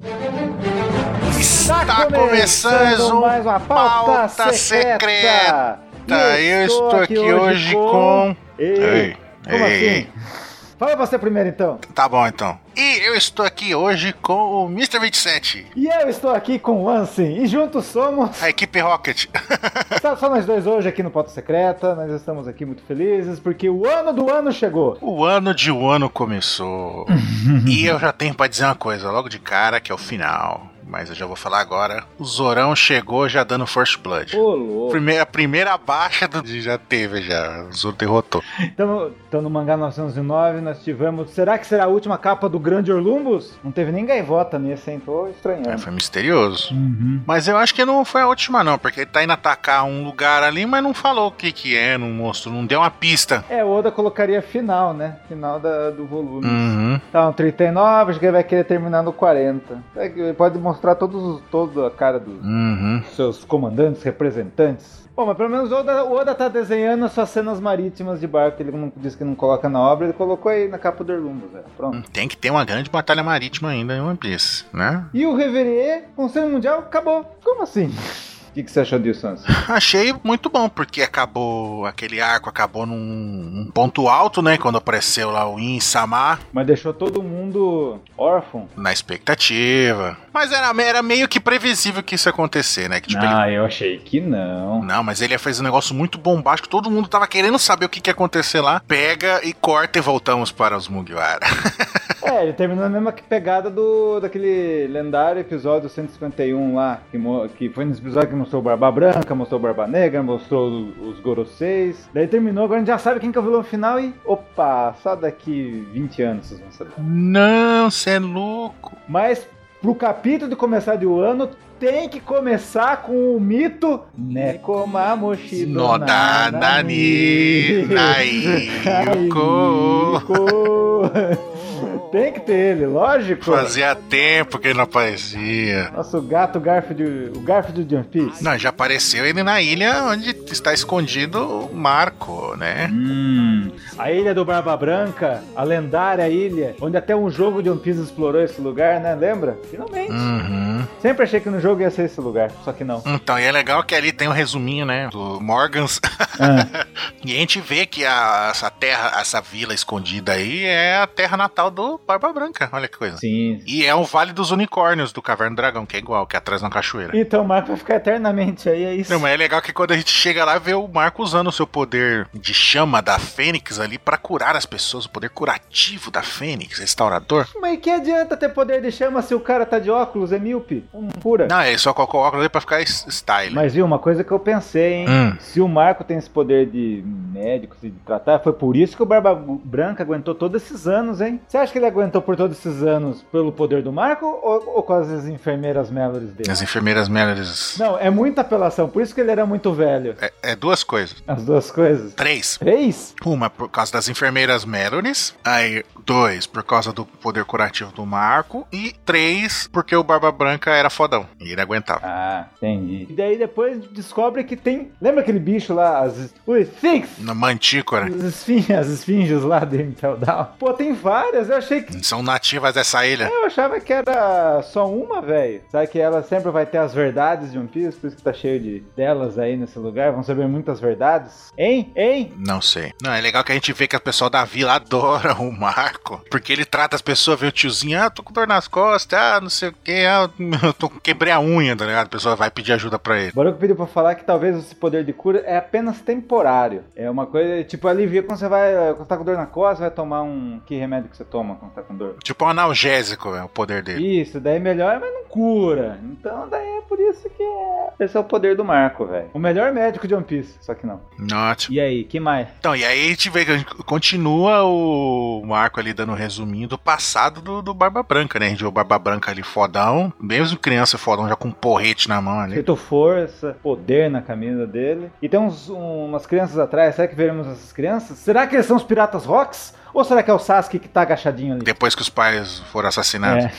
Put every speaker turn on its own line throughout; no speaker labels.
Tá
Está Tá começando mais uma pauta, secreta. E
Eu estou aqui hoje com.
Ei,
Ei,
como
ei.
assim? Fala você primeiro então.
Tá bom então. E eu estou aqui hoje com o Mr. 27,
E eu estou aqui com o Ansem e juntos somos. tá
a equipe Rocket.
Só, só nós dois hoje aqui no Pauta Secreta. Nós estamos aqui muito felizes porque o ano do ano chegou.
O ano de um ano começou. e eu já tenho pra dizer uma coisa, logo de cara, que é o final. Mas eu já vou falar agora. O Zorão chegou já dando First Blood.
Ô, louco.
Primeira, a primeira baixa do já teve, já. O Zoro derrotou.
Então, então, no mangá 909 nós tivemos. Será que será a última capa do Grande Orlumbus? Não teve nem gaivota nesse, hein? Tô
É,
estranhando. Uhum.
foi misterioso. Mas eu acho que não foi a última, não, porque ele tá indo atacar um lugar ali, mas não falou o que que é, não mostrou, não deu uma pista.
É, o Oda colocaria final, né? Final da- do volume.
Uhum.
Tá no 39, acho que ele vai querer terminar no 40. É que ele pode mostrar todos, os- toda a cara dos
Uhum.
seus comandantes, representantes. Bom, mas pelo menos o Oda, o Oda tá desenhando as suas cenas marítimas de barco. Ele não, disse que não coloca na obra, ele colocou aí na capa do Erlumbo, velho. Pronto.
Tem que ter uma grande batalha marítima ainda em One Piece, né?
E o Reverie, Conselho Mundial, acabou. Como assim? O que, que você achou disso, Anson?
Achei muito bom, porque acabou aquele arco, acabou num, num ponto alto, né? Quando apareceu lá o In Samar,
Mas deixou todo mundo órfão.
na expectativa. Mas era, era meio que previsível que isso ia acontecer, né? Que, tipo, ele-
ah, eu achei que não.
Não, mas ele fez um negócio muito bombástico, todo mundo tava querendo saber o que, que ia acontecer lá. Pega e corta e voltamos para os Mugiwara.
É, ele terminou na mesma que- pegada do daquele lendário episódio 151 lá, que, mo- que foi nesse episódio que mostrou o Barba Branca, mostrou o Barba Negra, mostrou o- os Goroseis. Daí terminou, agora a gente já sabe quem que é o vilão final e. Opa, só daqui 20 anos vocês vão saber.
Não, você é louco.
Mas pro capítulo de começar de um ano, tem que começar com o mito Nekomamushi do
Noda Nani. Nai. Yuko.
Nico. Tem que ter ele, lógico.
Fazia tempo que ele não aparecia.
Nosso gato Garfield, o Garfield de One Piece.
Não, já apareceu ele na ilha onde está escondido o Marco, né?
Hum, a ilha do Barba Branca, a lendária ilha, onde até um jogo de One Piece explorou esse lugar, né? Lembra? Finalmente.
Uhum.
Sempre achei que no jogo ia ser esse lugar, só que não.
Então, e é legal que ali tem um resuminho, né? Do Morgans. E a gente vê que a- essa terra, essa vila escondida aí é a terra natal do Barba Branca. Olha que coisa.
Sim.
E é o Vale dos Unicórnios do Caverna do Dragão, que é igual, que é atrás na cachoeira.
Então o Marco vai ficar eternamente aí, é isso.
Não, mas é legal que quando a gente chega lá, vê o Marco usando o seu poder de chama da Fênix ali pra curar as pessoas, o poder curativo da Fênix, restaurador.
Mas que adianta ter poder de chama se o cara tá de óculos, é míope? Um pura.
Não, ele só colocou o óculos ali pra ficar es- style.
Mas viu, uma coisa que eu pensei, hein?
Hum.
Se o Marco tem esse poder de médico, se de tratar, foi por isso que o Barba Branca aguentou todos esses anos, hein? Você acha que ele aguentou por todos esses anos pelo poder do Marco ou, ou com as enfermeiras Melores dele?
As enfermeiras melhores.
Não, é muita apelação, por isso que ele era muito velho.
É, é duas coisas.
As duas coisas.
Três.
Três?
Uma por causa das enfermeiras Melonies, aí dois por causa do poder curativo do Marco e três porque o Barba Branca era fodão e ele aguentava.
Ah, entendi. E daí depois descobre que tem. Lembra aquele bicho lá? As... Os Sphinx!
Na mantícora.
As, esfin... as esfinges lá do Impel Down. Pô, tem várias, eu achei que.
São nativas dessa ilha.
Eu achava que era só uma, velho. Sabe que ela sempre vai ter as verdades de One Piece, por isso que tá cheio de delas aí nesse lugar. Vão saber muitas verdades. Hein? Hein?
Não sei. Não, é legal que a gente vê que o pessoal da vila adora o Marco. Porque ele trata as pessoas, vê o tiozinho, ah, tô com dor nas costas, ah, não sei o que, ah, eu tô, quebrei a unha, tá ligado? A pessoa vai pedir ajuda pra ele.
Baruco pediu pra falar que talvez esse poder de cura é apenas temporário. É uma coisa, tipo, alivia quando você vai. Quando você tá com dor na costa, vai tomar um. Que remédio que você toma quando tá com dor?
Tipo um analgésico, é o poder dele.
Isso, daí melhor, mas não cura. Então daí é por isso que é. Esse é o poder do Marco, velho. O melhor médico de One Piece, só que não.
Not.
E aí, que mais?
é Então, e aí a gente vê que a gente continua o Marco ali dando um resuminho do passado do, do Barba Branca, né? A gente vê o Barba Branca ali fodão, mesmo criança fodão, já com um porrete na mão ali.
Feito força, poder na camisa dele. E tem uns, um- umas crianças atrás, será que veremos essas crianças? Será que eles são os piratas rocks? Ou será que é o Sasuke que tá agachadinho ali?
Depois que os pais foram assassinados.
É.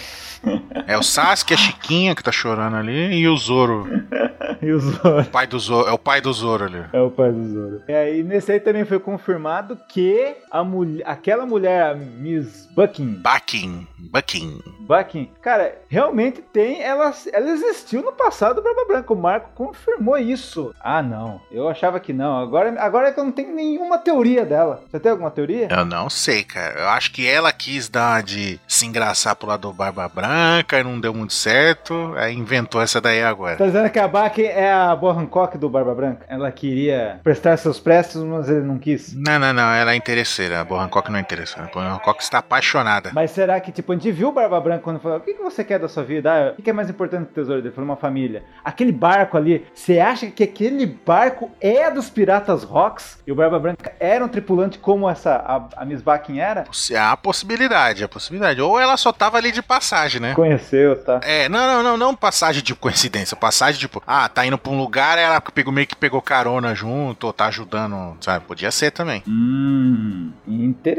É o Sasuke, a Chiquinha que tá chorando ali e o Zoro.
É, e o Zoro.
O pai do Zoro. É o pai do Zoro ali.
É o pai do Zoro. E aí, nesse aí também foi confirmado que a mulher, aquela mulher, a Miss Bucking.
Bucking. Bucking.
Bucking. Cara, realmente tem. Ela, ela existiu no passado do Barba Branca. O Marco confirmou isso. Ah, não. Eu achava que não. Agora, agora é que eu não tenho nenhuma teoria dela. Você tem alguma teoria?
Eu não sei, cara. Eu acho que ela quis dar de se engraçar pro lado do Barba Branca e não deu muito certo. Aí inventou essa daí agora.
Tá dizendo que a Buck é a boa Hancock do Barba Branca? Ela queria prestar seus prestes, mas ele não quis.
Não, não, não. Ela é interesseira. A boa Hancock não é interesseira. A boa Hancock está apaixonada.
Mas será que, tipo, a gente viu o Barba Branca quando falou: o que, que você quer da sua vida? Ah, o que é mais importante do tesouro dele? Falou uma família. Aquele barco ali, você acha que aquele barco é dos Piratas Rocks? E o Barba Branca era um tripulante como essa, a, a Miss Bakin era?
Há a possibilidade, a possibilidade. Ou ela só tava ali de passagem, né?
Conheceu, tá?
É, não, não, não, não passagem de coincidência. Passagem tipo, ah, tá indo pra um lugar, ela pegou, meio que pegou carona junto, ou tá ajudando, sabe? Podia ser também.
Hum,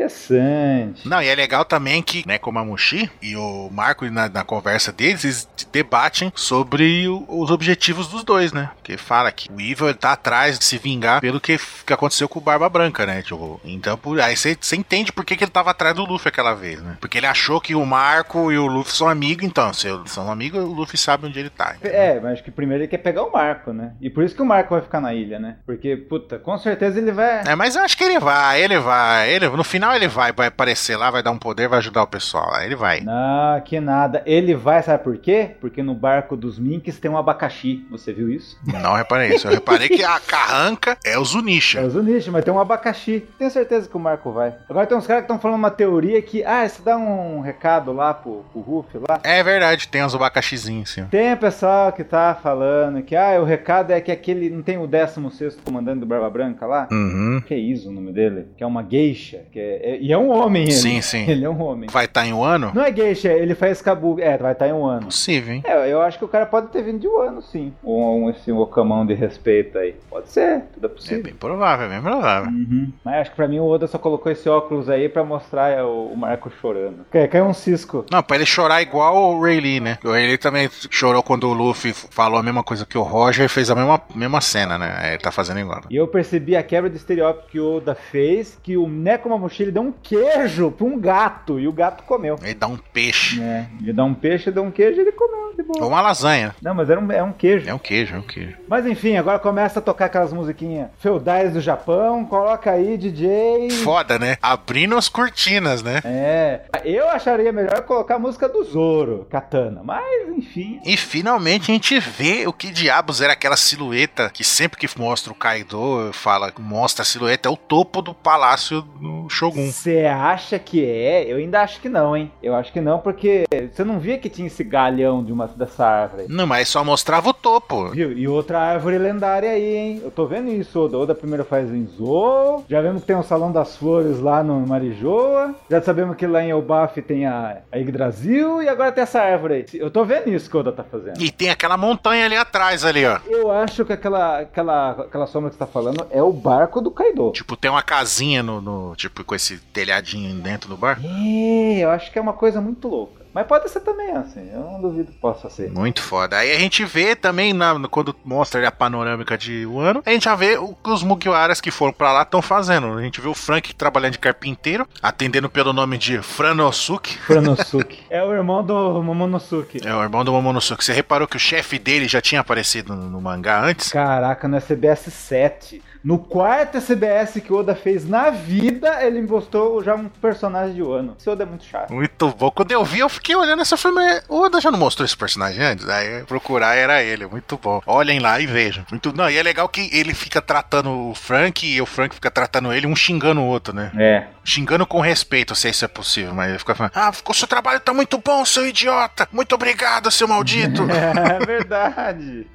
interessante.
Não, e é legal também que, né, como a Mushi e o Marco, na, na conversa deles, eles debatem sobre o- os objetivos dos dois, né? Porque fala que o Evil ele tá atrás de se vingar pelo que, que aconteceu com o Barba Branca, né? Tipo, então, por, aí você você entende por que, que ele tava atrás do Luffy aquela vez, né? Porque ele achou que o Marco e o Luffy são amigos, então, se eles são amigos, o Luffy sabe onde ele tá.
É, mas acho que primeiro ele quer pegar o Marco, né? E por isso que o Marco vai ficar na ilha, né? Porque, puta, com certeza ele vai.
É, mas eu acho que ele vai, ele vai, ele no final ele vai, vai aparecer lá, vai dar um poder, vai ajudar o pessoal lá, ele vai.
Não, que nada. Ele vai, sabe por quê? Porque no barco dos Minks tem um abacaxi. Você viu isso?
Não reparei isso, eu reparei que a carranca é o
É
Zunisha.
o Zunichi, mas tem um abacaxi. Tenho certeza que o Marco vai. Agora tem uns caras que estão falando uma teoria que, ah, você dá um recado lá pro, pro Ruff lá.
É verdade, tem os abacaxizinhos, sim.
Tem o pessoal que tá falando que, ah, o recado é que aquele. Não tem o 16 comandante do Barba Branca lá?
Uhum.
Que é isso o nome dele? Que é uma geisha. Que é, é- e é um homem ele.
Sim, sim.
Ele é um homem.
Vai estar em um ano?
Não é geisha, ele faz cabu. É, vai estar em um ano.
Possível, hein?
É, eu acho que o cara pode ter vindo de um ano, sim. Um, um, esse ocamão de respeito aí. Pode ser, tudo é
É
possível.
bem provável, é bem provável.
Uhum. Mas acho que pra mim o Oda só colocou esse óculos aí pra mostrar é, o, o Marco chorando. Cai- Caiu um cisco.
Não, pra ele chorar igual o Ray Lee, né? O Ray Lee também chorou quando o Luffy falou a mesma coisa que o Roger e fez a mesma, mesma cena, né? Aí Ele tá fazendo igual.
E eu percebi a quebra de estereótipo que o Oda fez, que o Nekomamushi ele deu um queijo pra um gato e o gato comeu.
Ele dá um peixe.
É, ele dá um peixe, dá um queijo ele comeu, de boa.
Ou uma lasanha.
Não, mas era um, é um queijo.
É um queijo, é um queijo.
Mas enfim, agora começa a tocar aquelas musiquinhas feudais do Japão, coloca aí DJ.
Foda, né? Abrindo as cortinas, né?
É, eu acharia melhor colocar a música do Zoro, Katana, mas enfim.
E finalmente a gente vê o que diabos era aquela silhueta que sempre que mostra o Kaido, fala, mostra a silhueta, é o topo do palácio do Shogun.
Você acha que é? Eu ainda acho que não, hein? Eu acho que não, porque você não via que tinha esse galhão de uma, dessa árvore.
Não, mas só mostrava o topo.
Viu? E outra árvore lendária aí, hein? Eu tô vendo isso, Oda. Oda primeiro faz em Zou, já vemos que tem o Salão das Flores lá no Marijoa, já sabemos que lá em Elbaf tem a, a Yggdrasil e agora tem essa árvore aí. Eu tô vendo isso que o Oda tá fazendo.
E tem aquela montanha ali atrás, ali, ó.
Eu acho que aquela, aquela, aquela sombra que você tá falando é o barco do Kaido.
Tipo, tem uma casinha no, no- Tipo, com esse telhadinho dentro do bar.
É, eu acho que é uma coisa muito louca. Mas pode ser também, assim. Eu não duvido que possa ser.
Muito foda. Aí a gente vê também, na, no- quando mostra ali a panorâmica de Wano, a gente já vê o que os Mugiwaras que foram pra lá estão fazendo. A gente vê o Frank trabalhando de carpinteiro, atendendo pelo nome de Franosuke.
Franosuke. é o irmão do Momonosuke.
É o irmão do Momonosuke. Você reparou que o chefe dele já tinha aparecido no, no mangá antes?
Caraca, no SBS 7. No quarto SBS que o Oda fez na vida, ele mostrou já um personagem de Wano. Esse Oda é muito chato.
Muito bom. Quando eu vi, eu fiquei olhando essa filme. O Oda já não mostrou esse personagem antes? Aí procurar era ele. Muito bom. Olhem lá e vejam. Muito... Não, e é legal que ele fica tratando o Frank e o Frank fica tratando ele, um xingando o outro, né?
É.
Xingando com respeito, se isso é possível, mas ele fica falando: Ah, o seu trabalho tá muito bom, seu idiota! Muito obrigado, seu maldito!
É verdade.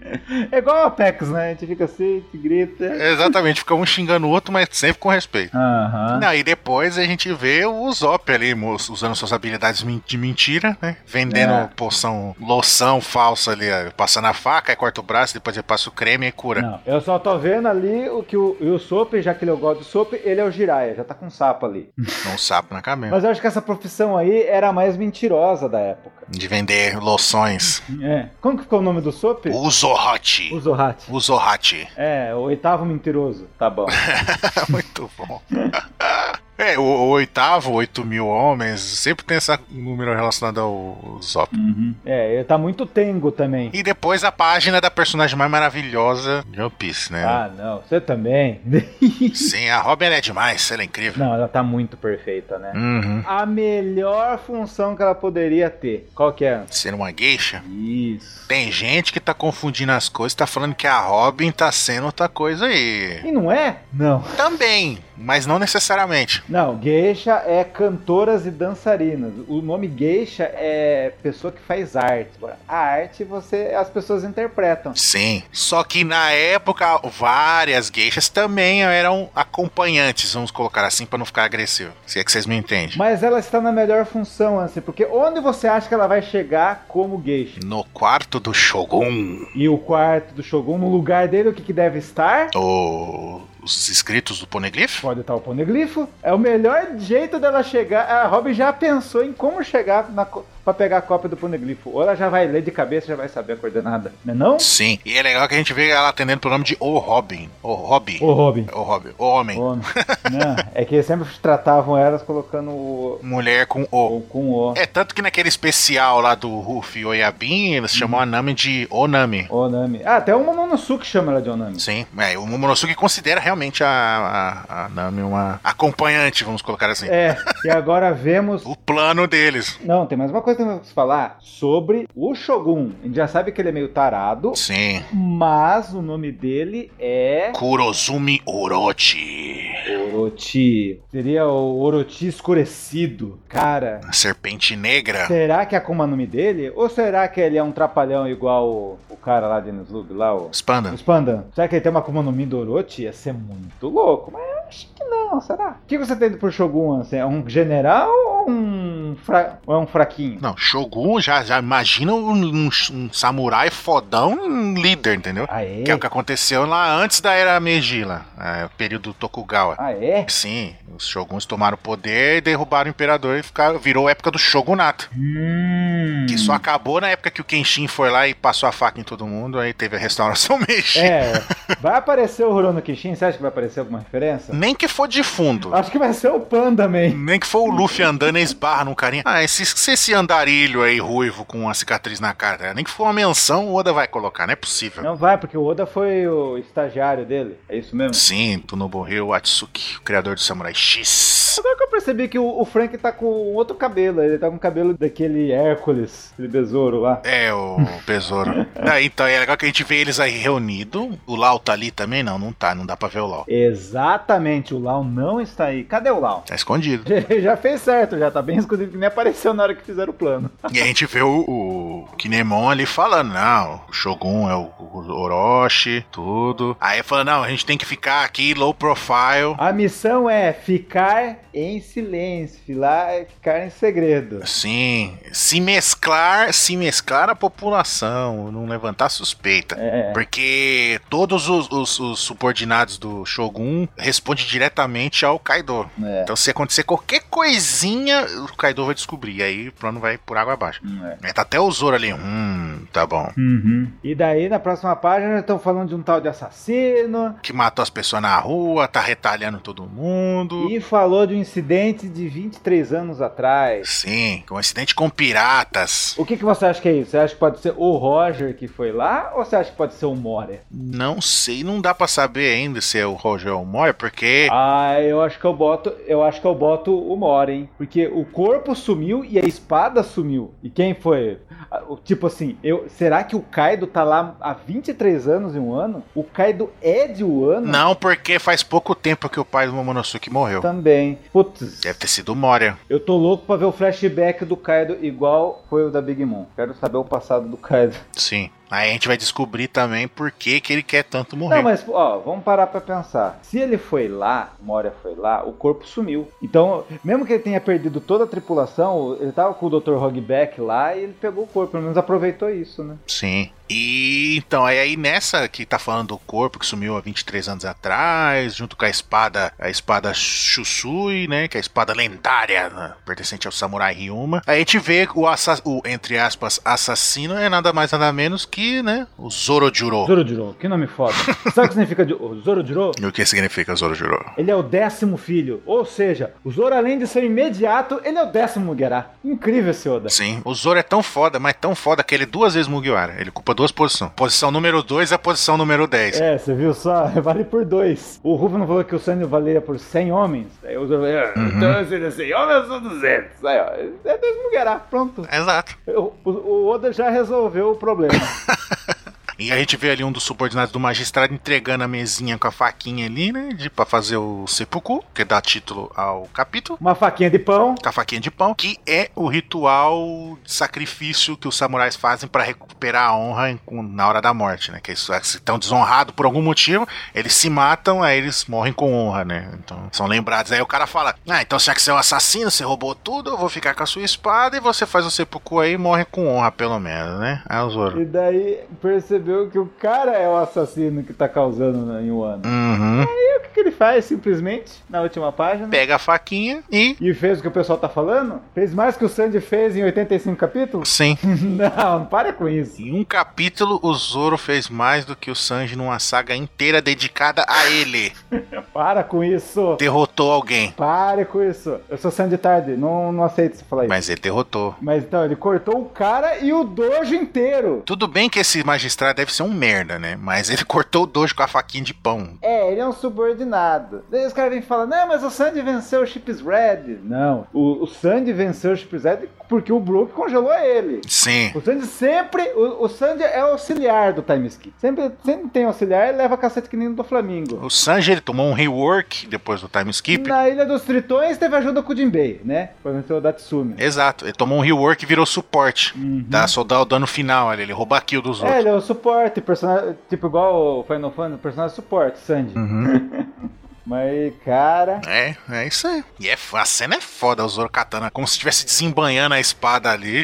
É igual o Apex, né? A gente fica assim, a gente grita.
Exatamente, fica um xingando o outro, mas sempre com respeito.
Aham.
Não, e depois a gente vê o Zop ali moço, usando suas habilidades men- de mentira, né? Vendendo
É.
poção, loção falsa ali, ó, passando a faca, aí corta o braço, depois ele passa o creme e cura.
Não, eu só tô vendo ali o que o, e o Soap, já que ele é o God do Soap, ele é o Jiraiya, já tá com um sapo ali.
Não sabe na cabeça.
É. Mas eu acho que essa profissão aí era a mais mentirosa da época.
De vender loções.
É. Como que ficou o nome do Soap?
O Zorrot.
O Zohat.
O Zorrot.
É, o oitavo mentiroso. Tá bom.
Muito bom. É, o, o oitavo, oito mil homens, sempre tem esse número relacionado ao Zop.
É, ele tá muito tengo também.
E depois a página da personagem mais maravilhosa de One Piece, né?
Ah, não, você também.
Sim, a Robin ela é demais, ela é incrível.
não, ela tá muito perfeita, né?
Uhum.
A melhor função que ela poderia ter. Qual que é?
Ser uma geisha.
Isso.
Tem gente que tá confundindo as coisas, tá falando que a Robin tá sendo outra coisa aí.
E não é? Não.
Também, mas não necessariamente.
Não, geisha é cantoras e dançarinas. O nome geisha é pessoa que faz arte. Agora, A arte você, as pessoas interpretam.
Sim. Só que na época, várias gueixas também eram acompanhantes, vamos colocar assim, pra não ficar agressivo. Se é que vocês me entendem.
Mas ela está na melhor função, assim, porque onde você acha que ela vai chegar como geisha?
No quarto do Shogun,
E o quarto do Shogun, no lugar dele, o que, que deve estar?
o- os escritos do Poneglyph?
Pode estar o poneglifo. É o melhor jeito dela chegar. A Robin já pensou em como chegar na, co- pra pegar a cópia do poneglifo. Ou ela já vai ler de cabeça, já vai saber a coordenada. Não é não?
Sim. E é legal que a gente vê ela atendendo pelo nome de O Robin. O Robin.
Ô, Robin.
O Robin. O homem.
Ô, não. É que sempre tratavam elas colocando o...
Mulher com O.
o- com o...
É, tanto que naquele especial lá do Ruffy Oyabin, eles chamam a Nami de Onami.
Onami. Ah, até o Momonosuke chama ela de Onami.
Sim, é, o Momonosuke considera realmente a, a, a Nami uma acompanhante, vamos colocar assim.
É, e agora vemos...
O plano deles.
Não, tem mais uma coisa que eu preciso falar sobre o Shogun. A gente já sabe que ele é meio tarado,
Sim.
mas o nome dele é...
Kurozumi Orochi.
Orochi. Seria o Orochi escurecido. Cara,
A serpente negra.
será que é como o nome dele? Ou será que ele é um trapalhão igual o, o cara lá de Slug, lá, o.
Expanda.
o Spanda, será que ele tem uma Akuma no Mi do Orochi? Ia ser muito louco, mas eu acho que não, será? O que você tem pro Shogun? Assim? É um general ou um, fra... ou é um fraquinho?
Não, Shogun já, já imagina um, um- um samurai fodão, um líder, entendeu?
Ah, é?
Que é o que aconteceu lá antes da era Meiji, lá, é, o período Tokugawa.
Ah, é?
Sim, os Shoguns tomaram o poder e derrubaram o imperador e ficaram, virou a época do Shogunato.
Hum.
Que só acabou na época que o Kenshin foi lá e passou a faca em todo mundo, aí teve a restauração Meiji.
É. Vai aparecer o Hirono Kishin? Você acha que vai aparecer alguma referência?
Nem que for de fundo.
Acho que vai ser o Panda Man.
Nem que for o Luffy andando e esbarra num carinha. Ah, esse, se esse andarilho aí ruivo com uma cicatriz na cara, né? nem que for uma menção, o Oda vai colocar, não é possível.
Não vai, porque o Oda foi o estagiário dele. É isso mesmo?
Sim, Tunobu Ryu Atsuki, o criador do Samurai X.
Agora que eu percebi que o, o Frank tá com outro cabelo. Ele tá com o cabelo daquele Hércules, aquele besouro lá.
É, o besouro. Ah, então, é legal que a gente vê eles aí reunidos. O Lau tá ali também? Não, não tá, não dá pra ver o Lau.
Exatamente, o Lau não está aí. Cadê o Lau?
Tá escondido.
Já fez certo, já tá bem escondido, que nem apareceu na hora que fizeram o plano.
E a gente vê o, o Kinemon ali falando, não, o Shogun é o, o Orochi, tudo. Aí falando, não, a gente tem que ficar aqui, low profile.
A missão é ficar em silêncio, filar- ficar em segredo.
Sim, se mesclar, se mesclar a população, não levantar suspeita.
É.
Porque todos os, os- os subordinados do Shogun respondem diretamente ao Kaido.
É.
Então, se acontecer qualquer coisinha, o Kaido vai descobrir. E aí o plano vai por água abaixo.
É.
Aí Tá até o Zoro ali. Hum, tá bom.
E daí, na próxima página, estão falando de um tal de assassino,
Que matou as pessoas na rua, tá retalhando todo mundo.
E falou de um incidente de 23 anos atrás.
Sim, com um acidente com piratas.
O que, que você acha que é isso? Você acha que pode ser o Roger que foi lá ou você acha que pode ser o Moria?
Não sei, não dá pra saber ainda se é o Roger ou o Moy, porque.
Ah, eu acho que eu boto, eu acho que eu boto o Moria, hein? Porque o corpo sumiu e a espada sumiu. E quem foi? Ah, o- Tipo assim, eu, será que o Kaido tá lá há 23 anos e um ano? O Kaido é de um ano?
Não, porque faz pouco tempo que o pai do Momonosuke
Tá.
morreu.
Também. Putz,
Deve ter sido o Moria.
eu tô louco pra ver o flashback do Kaido igual foi o da Big Mom. Quero saber o passado do Kaido.
Sim. Aí a gente vai descobrir também por que, que ele quer tanto morrer.
Não, mas, ó, vamos parar pra pensar. Se ele foi lá, Moria foi lá, o corpo sumiu. Então, mesmo que ele tenha perdido toda a tripulação, ele tava com o Dr. Hogback lá e ele pegou o corpo. Pelo menos aproveitou isso, né?
Sim. E então, é aí nessa que tá falando do corpo que sumiu há 23 anos atrás, junto com a espada, a espada Shusui, né, que é a espada lendária, né, pertencente ao samurai Ryuma. Aí a gente vê o, assa- o, entre aspas assassino é nada mais nada menos que, né, o Zorojuro.
Zorojuro, que nome foda. Sabe o que significa de- o Zorojuro?
E o que significa Zorojuro?
Ele é o décimo filho. Ou seja, o Zoro, além de ser imediato, ele é o décimo Mugerá. Incrível esse Oda.
Sim, o Zoro é tão foda, mas tão foda que ele é duas vezes Mugiwara. Ele ocupa duas posições. Posição número 2 e a posição número 10.
É, você viu só? Vale por dois. O Ruben falou que o Sandy valia por 100 homens. Aí o Zoro falou, então se ele é 100 homens, eu sou 200. Aí, ó, é dois Mugerá, pronto.
Exato.
O, o- o Oda já resolveu o problema.
E a gente vê ali um dos subordinados do magistrado entregando a mesinha com a faquinha ali, né? De, pra fazer o seppuku, que dá título ao capítulo.
Uma faquinha de pão.
Com a faquinha de pão, que é o ritual de sacrifício que os samurais fazem pra recuperar a honra em- com- na hora da morte, né? Que eles estão desonrados por algum motivo, eles se matam, aí eles morrem com honra, né? Então são lembrados. Aí o cara fala: Ah, então já que você é um assassino, você roubou tudo, eu vou ficar com a sua espada e você faz o seppuku aí e morre com honra, pelo menos, né? Aí o Zoro.
E daí percebeu que o cara é o assassino que tá causando né, em um ano.
Uhum.
E o que, que ele faz simplesmente na última página?
Pega a faquinha e.
E fez o que o pessoal tá falando? Fez mais que o Sandy fez em 85 capítulos?
Sim.
não, para com isso.
Em um capítulo, o Zoro fez mais do que o Sanji numa saga inteira dedicada a ele.
Para com isso.
Derrotou alguém.
Pare com isso. Eu sou Sandy Tarde, não, não aceito você falar isso. Mas...
Mas ele derrotou.
então, ele cortou o cara e o dojo inteiro.
Tudo bem que esse magistrado deve ser um merda, né? Mas ele cortou o dojo com a faquinha de pão.
É, ele é um subordinado. Daí os caras vêm e falam, não, mas o Sandy venceu o Chips Red. Não, o, o Sandy venceu o Chips Red porque o Brook congelou ele.
Sim.
O Sandy sempre. O, o Sandy é auxiliar do Time Skip. Sempre, sempre tem auxiliar e leva cacete que nem do Flamengo.
O Sanji ele tomou um rework depois do time skip.
Na Ilha dos Tritões teve ajuda com o Jinbei, né? Foi venceu o Datsumi.
Exato. Ele tomou um rework e virou suporte. Dá só dá o dano final ali. Ele rouba a kill dos
Uhum. É,
outros.
ele é o suporte, personagem, tipo igual o Final Fantasy, personagem suporte, Sandy.
Hum. Uhum.
Mas, cara,
É, é isso aí. E é, f- a cena é foda, o Zoro katana, como se estivesse desembanhando a espada ali.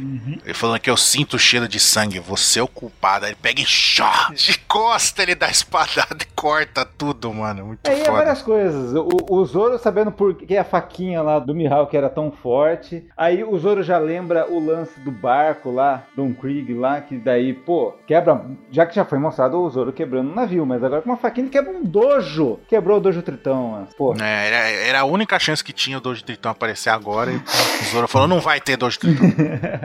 Ele falando que eu sinto o cheiro de sangue, você é o culpado. Aí ele pega e chá, de costa ele dá a espadada e corta tudo, mano. Muito
aí é
foda.
várias coisas. O, o Zoro sabendo por que a faquinha lá do Mihawk era tão forte. Aí o Zoro já lembra o lance do barco lá, Don Krieg lá, que daí, pô, quebra. Já que já foi mostrado o Zoro quebrando um navio, mas agora com uma faquinha ele quebra um dojo. Quebrou o dojo Tritão, mano. Pô,
É, era, era a única chance que tinha o Dojo Tritão aparecer agora. E o Zoro falou: não vai ter Dojo Tritão.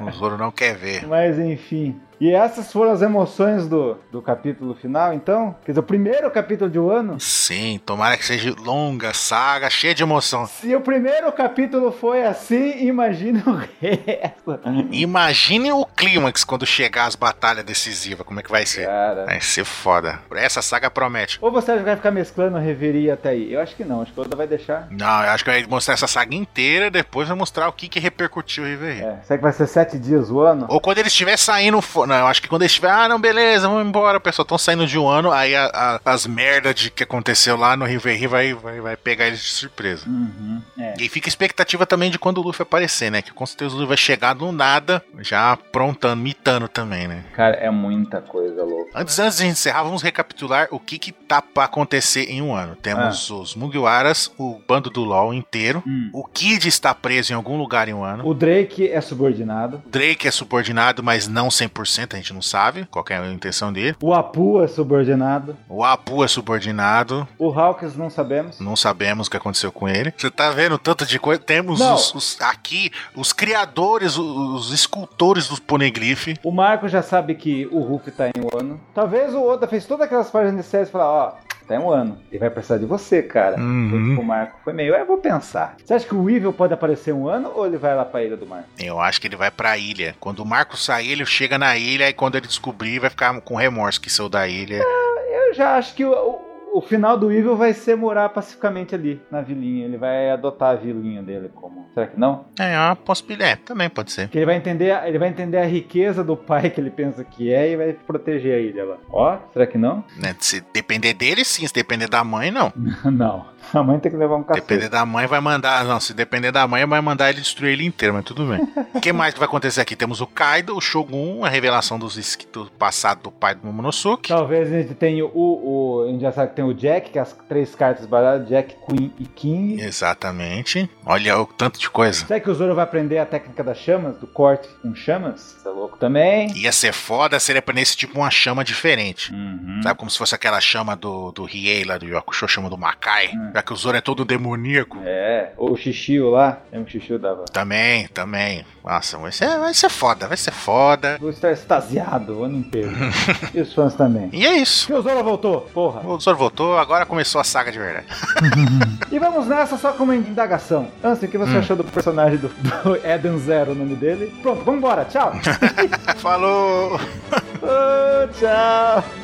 o Zoro não quer ver.
Mas enfim. E essas foram as emoções do, do capítulo final, então? Quer dizer, o primeiro capítulo de um ano?
Sim, tomara que seja longa, saga, cheia de emoção.
Se o primeiro capítulo foi assim, imagina o resto.
Imagine o clímax quando chegar as batalhas decisivas. Como é que vai ser?
Cara.
Vai ser foda. Essa saga promete.
Ou você acha que vai ficar mesclando reveria até aí? Eu acho que não, acho que o Oda vai deixar.
Não, eu acho que vai mostrar essa saga inteira, depois vai mostrar o que, que repercutiu o Reverie.
É, será que vai ser sete dias o ano?
Ou quando ele estiver saindo. fo- Não, eu acho que quando ele estiver. Ah, não, beleza, vamos embora, pessoal. Estão saindo de um ano. Aí a- a- as merdas de que aconteceu lá no Reverie vai, vai, vai pegar eles de surpresa.
Uhum, é.
E fica a expectativa também de quando o Luffy aparecer, né? Que com certeza o Luffy vai chegar do nada, já aprontando, mitando também, né?
Cara, é muita coisa louca.
Antes, antes de encerrar, vamos recapitular o que, que tá pra acontecer em um ano. Temos os Mugiwaras, o bando do LOL inteiro.
Hum.
O Kid está preso em algum lugar em um ano.
O Drake é subordinado.
O Drake é subordinado, mas não 100%, a gente não sabe qual que é a intenção dele.
O Apu é subordinado.
O Apu é subordinado,
O Hawkins não sabemos.
não sabemos o que aconteceu com ele. Você tá vendo tanto de coisa? Temos
Não.
os, os- aqui os criadores, os, os escultores do Poneglyph.
O Marco já sabe que o Ruff tá em um ano. Talvez o Oda fez todas aquelas páginas de séries e falar, ó, tá em um ano. Ele vai precisar de você, cara.
Uhum.
O Marco foi meio, eu vou pensar. Você acha que o Evil pode aparecer um ano ou ele vai lá pra ilha do Marco?
Eu acho que ele vai pra ilha. Quando o Marco sair, ele chega na ilha e quando ele descobrir, vai ficar com remorso que saiu da ilha.
Eu já acho que o, o- o final do Evil vai ser morar pacificamente ali, na vilinha. Ele vai adotar a vilinha dele como Será que não?
É uma possibilidade. É, também pode ser.
Que ele vai entender, a- ele vai entender a riqueza do pai que ele pensa que é e vai proteger a ilha lá. Ó, será que não?
né? Se depender dele, sim. Se depender da mãe, não.
não. A mãe tem que levar um cacete.
Depender da mãe, vai mandar. Não, se depender da mãe, vai mandar ele destruir ele inteiro, mas tudo bem. O que mais que vai acontecer aqui? Temos o Kaido, o Shogun, a revelação dos esqui- do passado do pai do Momonosuke.
Talvez a gente tenha o, o. A gente já sabe que tem o Jack, que é as três cartas baralhadas, Jack, Queen e King.
Exatamente. Olha o tanto de coisa.
Será que o Zoro vai aprender a técnica das chamas? Do corte com chamas? Você é louco também.
Ia ser foda se ele aprendesse tipo uma chama diferente.
Uhum.
Sabe como se fosse aquela chama do, do Riei lá do Yokusho, chama do Makai?
Hum.
Já que o Zoro é todo demoníaco.
É, o Xixio lá. Lembra que o Xixio dava?
Também, também. Nossa, vai ser, vai ser foda, vai ser foda.
Vou estar extasiado o ano inteiro. e os fãs também.
E é isso.
Que o Zoro voltou, porra.
O Zoro voltou, agora começou a saga de verdade.
E vamos nessa só com uma indagação. Anson, o que você
Hum.
achou do personagem do, do Eden Zero, o nome dele? Pronto, vambora, tchau.
Falou!
Oh, tchau.